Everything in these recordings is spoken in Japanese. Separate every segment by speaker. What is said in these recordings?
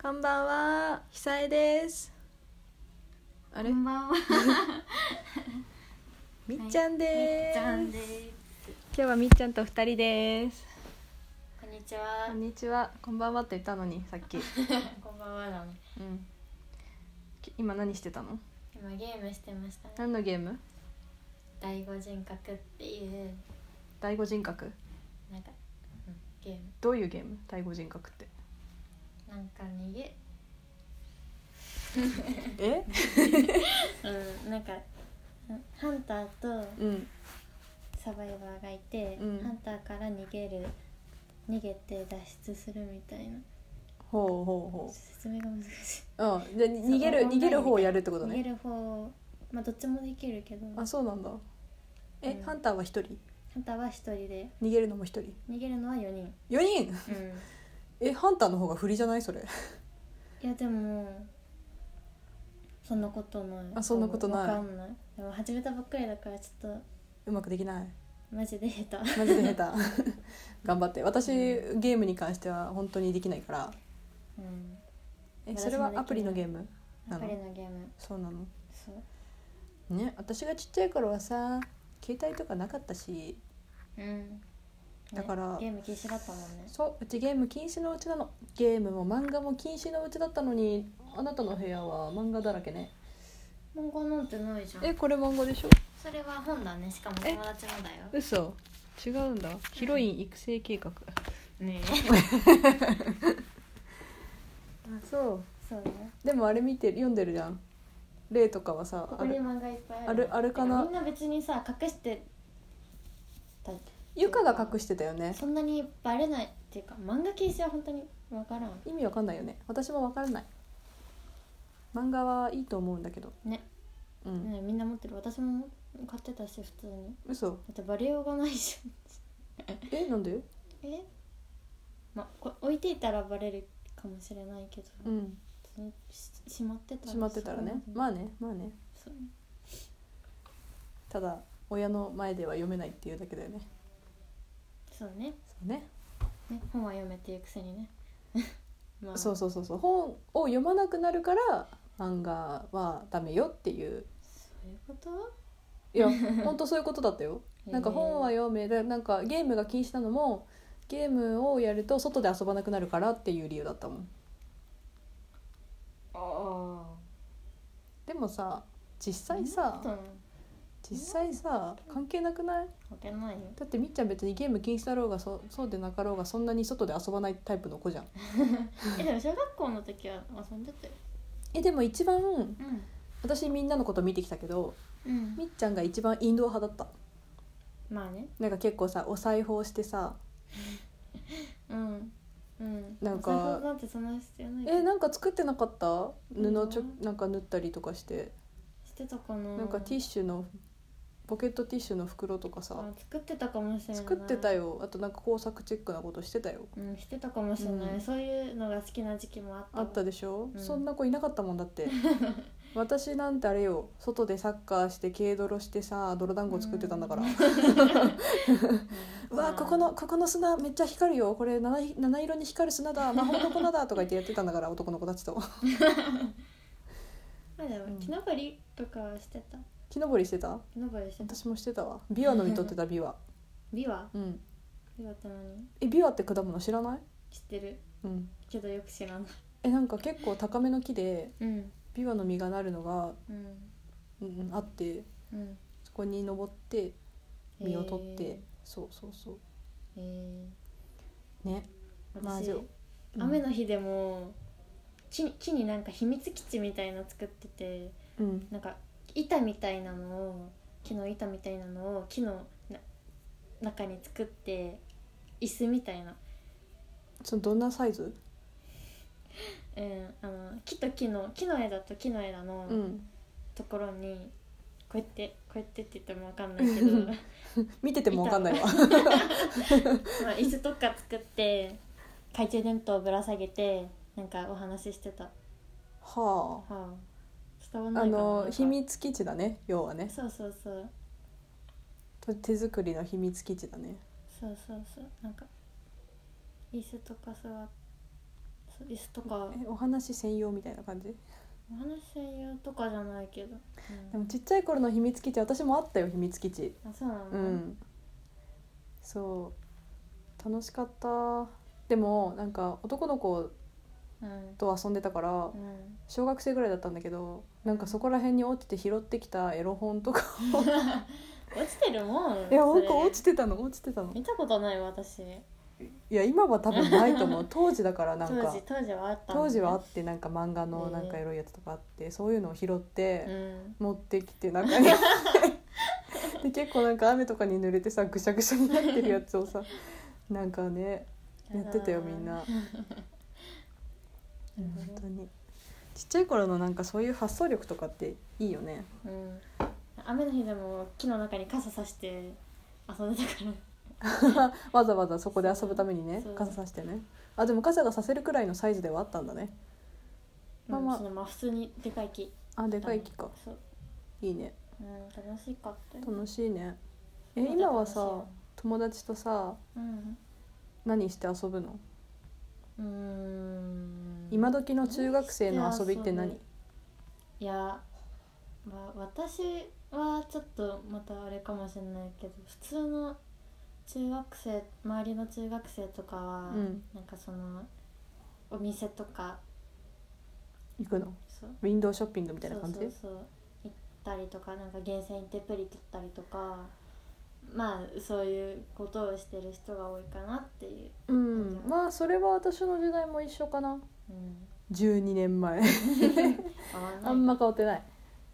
Speaker 1: こんばんは、ひさえです。あれ
Speaker 2: こ、んばんは。
Speaker 1: みっちゃん
Speaker 2: み
Speaker 1: で
Speaker 2: っ
Speaker 1: す。
Speaker 2: ちゃん
Speaker 1: 今
Speaker 2: です。
Speaker 1: 日はみっちゃんと二人です。
Speaker 2: こんにちは
Speaker 1: こん。にちは、こんばんはって言ったのに、さっ き。う
Speaker 2: こんばんはだね。
Speaker 1: ん。き今何してたの。
Speaker 2: 今ゲームしてましたね。
Speaker 1: 何のゲーム。
Speaker 2: 第五人格っていう
Speaker 1: 第五人格。
Speaker 2: なんか、うん、ゲーム。
Speaker 1: どういうゲーム。第五人格って。
Speaker 2: なんか逃げ、
Speaker 1: え。
Speaker 2: うん、なんかうんハンターと
Speaker 1: うん。
Speaker 2: サバイバーがいて、
Speaker 1: うん
Speaker 2: ハンターから逃げる。逃げて脱出するみたいな
Speaker 1: ほうほうほ
Speaker 2: 説明が難しい。
Speaker 1: う。うん、じゃ、に逃げる、
Speaker 2: そう
Speaker 1: 逃げる方をやるってこと
Speaker 2: 逃げ
Speaker 1: ね。
Speaker 2: る方、まあどっちもできるけど、ハ
Speaker 1: あ、そうなんだ。え、
Speaker 2: うん
Speaker 1: ハンターは一人。
Speaker 2: ンターは一人で
Speaker 1: 逃げるのも一人。
Speaker 2: 逃げるのは四人。
Speaker 1: 四人。
Speaker 2: うん。
Speaker 1: え、ハンターの方が不利じゃない、それ。
Speaker 2: いやでもそんなことない
Speaker 1: あそんなことない
Speaker 2: わかんないでも始めたばっかりだからちょっ
Speaker 1: うまくできない。
Speaker 2: とマジで 下手
Speaker 1: マジで下手 頑張って私ゲームに関しては本当にできないから
Speaker 2: うん
Speaker 1: え
Speaker 2: 私も
Speaker 1: それはアプリのゲーム
Speaker 2: ア
Speaker 1: な
Speaker 2: プリ
Speaker 1: の
Speaker 2: のゲーム
Speaker 1: そうなの
Speaker 2: そう
Speaker 1: ね私がちっちゃい頃はさ携帯とかなかったし
Speaker 2: うん、ね
Speaker 1: だから
Speaker 2: ゲーム禁止だったもんね
Speaker 1: そううちゲーム禁止のうちなのゲームも漫画も禁止のうちだったのにあなたの部屋は漫画だらけね
Speaker 2: 漫画なんてないじゃん
Speaker 1: えこれ漫画でしょ
Speaker 2: それは本だねしかも
Speaker 1: え
Speaker 2: 友達のだよ
Speaker 1: 嘘違うんだヒロイン育成計画あ
Speaker 2: ね
Speaker 1: そう
Speaker 2: そうね
Speaker 1: でもあれ見て読んでるじゃん例とかはさ
Speaker 2: ここ
Speaker 1: あ
Speaker 2: に
Speaker 1: れ
Speaker 2: 漫画いっぱいある
Speaker 1: あるあるかな
Speaker 2: みんな別にさ隠してた
Speaker 1: ゆかが隠してたよね
Speaker 2: そんなにバレないっていうか漫画禁止は本当にわからん
Speaker 1: 意味わかんないよね私もわからない漫画はいいと思うんだけど
Speaker 2: ね
Speaker 1: うん、
Speaker 2: ねみんな持ってる私も買ってたし普通に
Speaker 1: 嘘
Speaker 2: だってバレようがないじ
Speaker 1: えなんで
Speaker 2: ゃんえまあこ置いていたらバレるかもしれないけど、
Speaker 1: うん
Speaker 2: 別にししまってたら
Speaker 1: しまってたらね
Speaker 2: そこ
Speaker 1: ま
Speaker 2: ま
Speaker 1: あねまあね
Speaker 2: でそう
Speaker 1: ただ親の前では読めないっていうだけだよね
Speaker 2: そうね
Speaker 1: そうね、
Speaker 2: ね本は読めっていうくせにね まあ
Speaker 1: そうそうそうそう本を読まなくなるから漫画はダメよっていう
Speaker 2: そういうこと
Speaker 1: い やほんとそういうことだったよ
Speaker 2: へえ
Speaker 1: なんか本は読めでなんかゲームが禁止なのもゲームをやると外で遊ばなくなるからっていう理由だったもん
Speaker 2: あ
Speaker 1: でもさ実
Speaker 2: あ
Speaker 1: 際さ実際さ関係なくない
Speaker 2: わけないよ
Speaker 1: だってみっちゃん別にゲーム禁止だろうがそそうでなかろうがそんなに外で遊ばないタイプの子じゃん
Speaker 2: えでも小学校の時は遊んでたよ
Speaker 1: えでも一番
Speaker 2: うん
Speaker 1: 私みんなのこと見てきたけど
Speaker 2: うん
Speaker 1: みっちゃんが一番インドア派だった
Speaker 2: まあね
Speaker 1: なんか結構さお裁縫してさ
Speaker 2: うんうん
Speaker 1: なんか
Speaker 2: お財布なんてそんな必要
Speaker 1: 「
Speaker 2: ないけど
Speaker 1: えなんか作ってなかった布ちょ
Speaker 2: うん
Speaker 1: なんか縫ったりとかして
Speaker 2: してたかな
Speaker 1: なんかティッシュのポケットティッシュの袋とかさ
Speaker 2: あ作ってたかもしれない
Speaker 1: 作ってたよあとなんか工作チェックなことしてたよ
Speaker 2: うんしてたかもしれない、
Speaker 1: うん
Speaker 2: そういうのが好きな時期もあった
Speaker 1: あった
Speaker 2: で
Speaker 1: でしょ、
Speaker 2: うん
Speaker 1: そんな子いなかったもんだって 私なんてあれよ外でサッカーして軽泥してさ泥団子作ってたんだから、 うわここのここの砂めっちゃ光るよこれ 7, 七色に光る砂だ魔法の粉だとか言ってやってたんだから男の子たちと
Speaker 2: まあで
Speaker 1: うん
Speaker 2: も木登りとかはしてた
Speaker 1: 木登りしてた
Speaker 2: 木登りしてた
Speaker 1: 私もしてたわビワの実取ってたビワ
Speaker 2: ビワ
Speaker 1: うん
Speaker 2: ビワって何
Speaker 1: えビワって果物知らない
Speaker 2: 知ってる
Speaker 1: うん
Speaker 2: けどよく知らない
Speaker 1: えなんか結構高めの木で
Speaker 2: うん
Speaker 1: ビワの実がなるのが、
Speaker 2: うん
Speaker 1: うん、あって
Speaker 2: うん
Speaker 1: そこに登って実を取って、
Speaker 2: え
Speaker 1: そうそうそ
Speaker 2: ーえ
Speaker 1: うね
Speaker 2: ー
Speaker 1: まあ
Speaker 2: 私
Speaker 1: じゃあうん
Speaker 2: 雨の日でも木に木になんか秘密基地みたいの作ってて
Speaker 1: うん
Speaker 2: なんか板みたいなのを木の板みたいなのを木のな中に作って椅子みたいな
Speaker 1: そのどんなサイズ
Speaker 2: うん、あの木と木の木の枝と木の枝の
Speaker 1: うん
Speaker 2: ところに、こうやってこうやってって言ってもわかんないけど ま
Speaker 1: 見てても分かんないわ
Speaker 2: あ椅子とか作って懐中電灯ぶら下げてなんかお話ししてた、は
Speaker 1: は
Speaker 2: あ、伝わん
Speaker 1: ああ
Speaker 2: ないかななん
Speaker 1: の
Speaker 2: か
Speaker 1: 秘密基地だね要はね
Speaker 2: そうそうそう
Speaker 1: と手作りの秘密基地だね
Speaker 2: そうそうそうなんか椅子とか座そう椅子とか
Speaker 1: えお話専用みたいな感じ
Speaker 2: お話し合うとかじゃないけど、
Speaker 1: で
Speaker 2: うん、
Speaker 1: もちっちゃい頃の秘密基地私もあったよ秘密基地
Speaker 2: あそうなの、
Speaker 1: うんそう楽しかったでもなんか男の子
Speaker 2: うん
Speaker 1: と遊んでたから
Speaker 2: うん
Speaker 1: 小学生ぐらいだったんだけどなんかそこら辺に落ちて拾ってきたエロ本とか
Speaker 2: 落ちてるもん
Speaker 1: いや
Speaker 2: そ
Speaker 1: なん
Speaker 2: れ
Speaker 1: か落ちてたの落ちてたの
Speaker 2: 見たことない私
Speaker 1: いや今は多分ないと思 う当時だからな
Speaker 2: 当
Speaker 1: んか
Speaker 2: 時当時はあった
Speaker 1: 当時はあ
Speaker 2: っ
Speaker 1: ってなんか漫画のなんかエロいやつとかあってそういうのを拾って、
Speaker 2: たうん
Speaker 1: 持ってきて中に で結構なんか雨とかに濡れてさぐしゃぐしゃになってるやつをさなんかねやってたよみん な
Speaker 2: うん
Speaker 1: 本当にちっちゃい頃のなんかそういう発想力とかっていいよね
Speaker 2: うん雨の日でも木の中に傘さして遊んでたから
Speaker 1: わざわざそこで遊ぶためにね
Speaker 2: そう
Speaker 1: 傘さしてねあでも傘がさせるくらいのサイズではあったんだねまあまあ
Speaker 2: うんそのまあ普通にでかい木
Speaker 1: あでかい木か
Speaker 2: そう、
Speaker 1: いいね
Speaker 2: うん、楽しかったよ
Speaker 1: 楽しいねえ今はさ友達とさ
Speaker 2: うん
Speaker 1: 何して遊ぶの
Speaker 2: うーん
Speaker 1: 今時の中学生の遊びって何
Speaker 2: いや、まあ、私はちょっとまたあれかもしれないけど普通の中学生周りの中学生とかは、
Speaker 1: うん
Speaker 2: なんかそのお店とか
Speaker 1: 行くの
Speaker 2: そう
Speaker 1: ウィンドウショッピングみたいな感じ
Speaker 2: そうそうそう行ったりとかなんか厳選行ってプリ取ったりとかまあそういうことをしてる人が多いかなっていう、
Speaker 1: うんまあそれは私の時代も一緒かな
Speaker 2: うん、
Speaker 1: 12年 前
Speaker 2: 変わんな
Speaker 1: あ
Speaker 2: い
Speaker 1: んま変わってない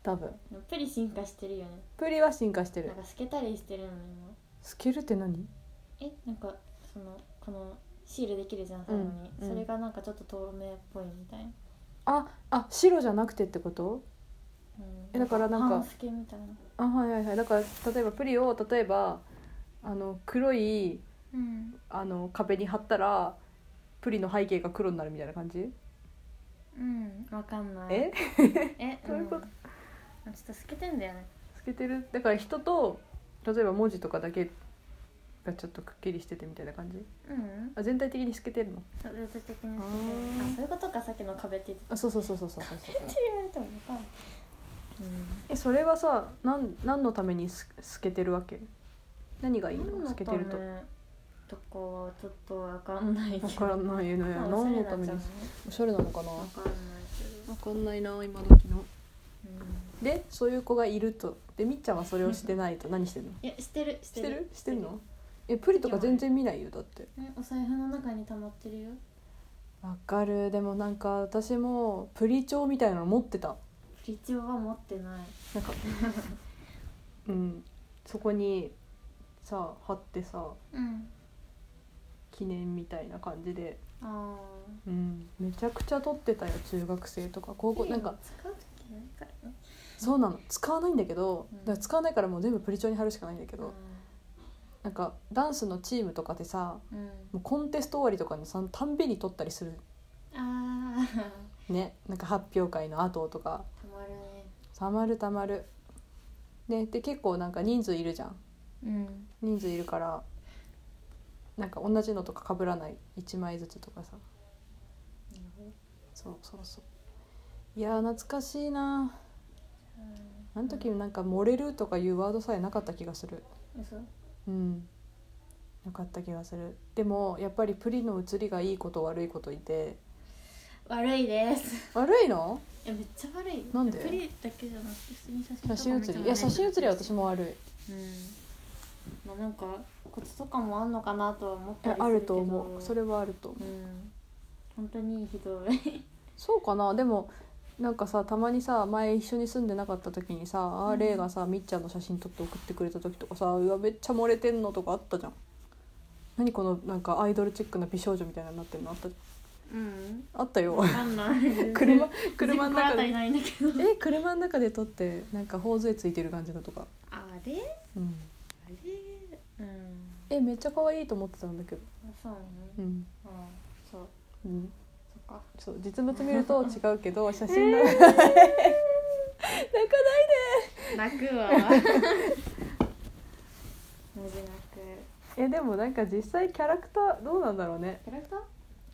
Speaker 1: 多分
Speaker 2: プリ進化してるよね
Speaker 1: プリは進化してる
Speaker 2: なんか透けたりしてるの今
Speaker 1: スケルって何
Speaker 2: えなんかそのこのシールできるじゃん最後に、
Speaker 1: うん
Speaker 2: それがなんかちょっと透明っぽいみたいな、
Speaker 1: ああ白じゃなくてってこと
Speaker 2: うん
Speaker 1: えだからなんか
Speaker 2: 半透けみたいな、
Speaker 1: あはいはいはいだから例えばプリを例えばあの黒い
Speaker 2: うん、
Speaker 1: あの壁に貼ったらプリの背景が黒になるみたいな感じ
Speaker 2: うん、わかんない
Speaker 1: え
Speaker 2: え
Speaker 1: どういうこと
Speaker 2: んちょっと透けてんだよね
Speaker 1: 透けてるだから人と例えば文字とかだけがちょっとくっきりしててみたいな感じ
Speaker 2: うん
Speaker 1: あ全体的に透けてるの
Speaker 2: そう全体的に透けてる
Speaker 1: あー
Speaker 2: あそういうことかさっきの壁って言って
Speaker 1: あそうそうそうそうそうそうそう
Speaker 2: た言われてもわかんない
Speaker 1: えそれはさなん何のためにす透けてるわけ何がいい
Speaker 2: うん
Speaker 1: の透けてると
Speaker 2: とかはちょっとわかんないけど
Speaker 1: 分からないね
Speaker 2: まあ
Speaker 1: 何の
Speaker 2: おしゃれな
Speaker 1: た
Speaker 2: ん
Speaker 1: めに
Speaker 2: じゃない
Speaker 1: おしゃれなのかな
Speaker 2: わかんないけど
Speaker 1: 分かんないな今時の
Speaker 2: うん
Speaker 1: でそういう子がいるとでみっちゃんはそれをしてないと何してんの
Speaker 2: いやしてるし
Speaker 1: してるしてるのえプリとか全然見ないよだって
Speaker 2: うんお財布の中に溜まってるよ
Speaker 1: わかるでもなんか私もプリ帳みたいなの持ってた
Speaker 2: プリチョは持ってない
Speaker 1: なんかうんそこにさ貼ってさ
Speaker 2: うん
Speaker 1: 記念みたいな感じで
Speaker 2: ああ
Speaker 1: うんめちゃくちゃ撮ってたよ中学生とか高校なんか
Speaker 2: 使う時ないからね
Speaker 1: そうなの使わないんだけど、
Speaker 2: うん
Speaker 1: だから使わないからもう全部プリ帳に貼るしかないんだけ
Speaker 2: う
Speaker 1: ど、なんかダンスのチームとかでさ
Speaker 2: ん
Speaker 1: もうコンテスト終わりとかにさたんびに撮ったりする
Speaker 2: あ あ
Speaker 1: ねなんか発表会の後とか
Speaker 2: たまるね
Speaker 1: たまるたまるねで結構なんか人数いるじゃん
Speaker 2: うん
Speaker 1: 人数いるからなんか同じのとか被らない1枚ずつとかさそうそうそういやー懐かしいなあの時なんか「漏れる」とかいうワードさえなかった気がする
Speaker 2: 嘘
Speaker 1: うんよかった気がするでもやっぱりプリの写りがいいこと悪いこといて
Speaker 2: 悪いです
Speaker 1: 悪いの
Speaker 2: いやめっちゃ悪い
Speaker 1: なんで
Speaker 2: プリだけじゃなくて普通に写真とか
Speaker 1: 写真写りいや
Speaker 2: 見てもね
Speaker 1: 写真写りは私も悪い
Speaker 2: うんまあなんかコツとかもあんのかなとは思っ
Speaker 1: い
Speaker 2: た
Speaker 1: や
Speaker 2: りするけど
Speaker 1: あると思うそれはあると思う
Speaker 2: うん本当にひどい
Speaker 1: そうかなでもなんかさたまにさ前一緒に住んでなかった時にさあーレイがさみっちゃんの写真撮って送ってくれた時とかさうわめっちゃ漏れてんのとかあったじゃん何このなんかアイドルチックな美少女みたいなのになってるのあった
Speaker 2: うん
Speaker 1: あったよ
Speaker 2: わかんな い
Speaker 1: 車車の中
Speaker 2: で
Speaker 1: で
Speaker 2: ないんだけど
Speaker 1: え車の中で撮ってなんか頬杖ついてる感じのとか、
Speaker 2: あれ
Speaker 1: うん、
Speaker 2: あれうん
Speaker 1: えめっちゃ可愛いと思ってたんだけど
Speaker 2: あそうなの
Speaker 1: う
Speaker 2: うん
Speaker 1: ん、
Speaker 2: そう
Speaker 1: うん、
Speaker 2: そっか
Speaker 1: そう実物見ると違うけど写真の泣かないで
Speaker 2: 泣くわマジ泣く
Speaker 1: えでもなんか実際キャラクターどうなんだろうね
Speaker 2: キャラクター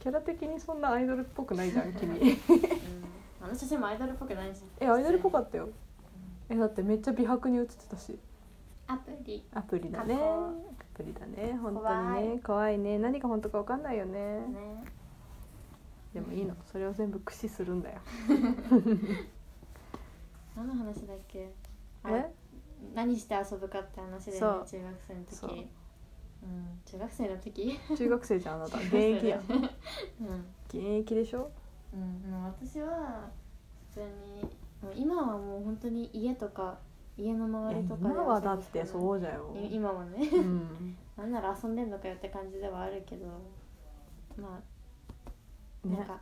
Speaker 1: キャラ的にそんなアイドルっぽくない じゃん君
Speaker 2: うん、あの写真もアイドルっぽくないじゃ
Speaker 1: え
Speaker 2: ん
Speaker 1: アイドルっぽか
Speaker 2: っ
Speaker 1: ったよえだってめっちゃ美白に映ってたし
Speaker 2: たアプリ
Speaker 1: アプリだね
Speaker 2: かっこ
Speaker 1: アプリだね本当
Speaker 2: 怖
Speaker 1: にね
Speaker 2: い
Speaker 1: 怖いね何が本当か分かんないよね
Speaker 2: ね
Speaker 1: でもいいのそれを全部駆使するんだよ
Speaker 2: 何の話だっけあ
Speaker 1: え
Speaker 2: 何して遊ぶかって話で、ね、中
Speaker 1: そう
Speaker 2: 学生の時
Speaker 1: そう
Speaker 2: うん、中学生の時
Speaker 1: 中学生じゃんあな た現役やん
Speaker 2: うん
Speaker 1: 現役でしょ
Speaker 2: うん、もう私は普通にもう今はもう本当に家とか家の
Speaker 1: い
Speaker 2: 周
Speaker 1: や
Speaker 2: りとか
Speaker 1: 今はだって
Speaker 2: う
Speaker 1: そうじゃよ、
Speaker 2: 今はね
Speaker 1: うん、
Speaker 2: なんなら遊んでんのかよって感じではあるけどまあなん
Speaker 1: ね
Speaker 2: か、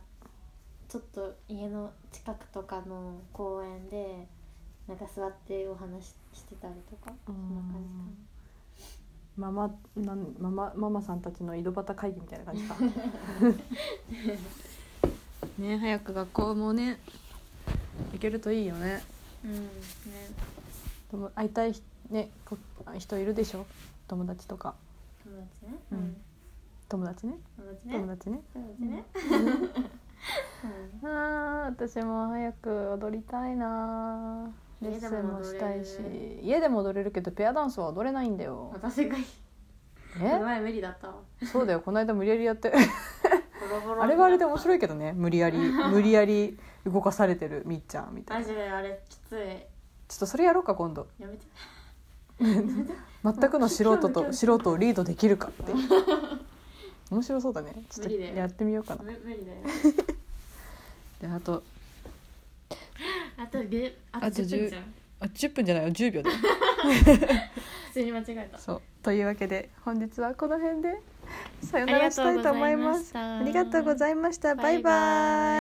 Speaker 2: ちょっと家の近くとかの公園でなんか座ってお話ししてたりとか
Speaker 1: う
Speaker 2: そ
Speaker 1: ん
Speaker 2: んな感
Speaker 1: ママなんママママさんたちの井戸端会議みたいな感じか ね早く学校もね行けるといいよね
Speaker 2: じかなうんね
Speaker 1: でも会いたいひねこ人いるでしょ友達とか
Speaker 2: 友達ね
Speaker 1: うん友達ね
Speaker 2: 友達
Speaker 1: 友
Speaker 2: ね
Speaker 1: 達ね
Speaker 2: 友達ね
Speaker 1: あー私も早く踊りたいなレッスンもしたいし
Speaker 2: 家で
Speaker 1: 家でも
Speaker 2: も踊
Speaker 1: 踊れるけどペアダンスは踊れないんだ
Speaker 2: うん
Speaker 1: よ
Speaker 2: 私が
Speaker 1: え
Speaker 2: 前無理だったわ
Speaker 1: そうだよこの間無理やりやって
Speaker 2: ボロボロ
Speaker 1: あれはあれで
Speaker 2: にな
Speaker 1: 面
Speaker 2: った
Speaker 1: 白いけどね無理や り無理やり動かされてるみっちゃんみたいな
Speaker 2: マ
Speaker 1: ちょ
Speaker 2: ジであれきつい
Speaker 1: っとそれやろうか今度
Speaker 2: やめて
Speaker 1: 全くの素人
Speaker 2: 興味興
Speaker 1: と
Speaker 2: 味
Speaker 1: 素人をリードできるか っていう面白そうだねちょっと
Speaker 2: 無理だよ
Speaker 1: やってみようかな
Speaker 2: 無無理だよ
Speaker 1: であと
Speaker 2: あとであ
Speaker 1: あと
Speaker 2: 10分じゃん
Speaker 1: あ10分じゃないよ10秒だよ
Speaker 2: 普通に間違え た
Speaker 1: そうというわけで本日はこの辺でさよならしたいと思います
Speaker 2: あ
Speaker 1: ありがとうございましたバイバイ
Speaker 2: バイバイ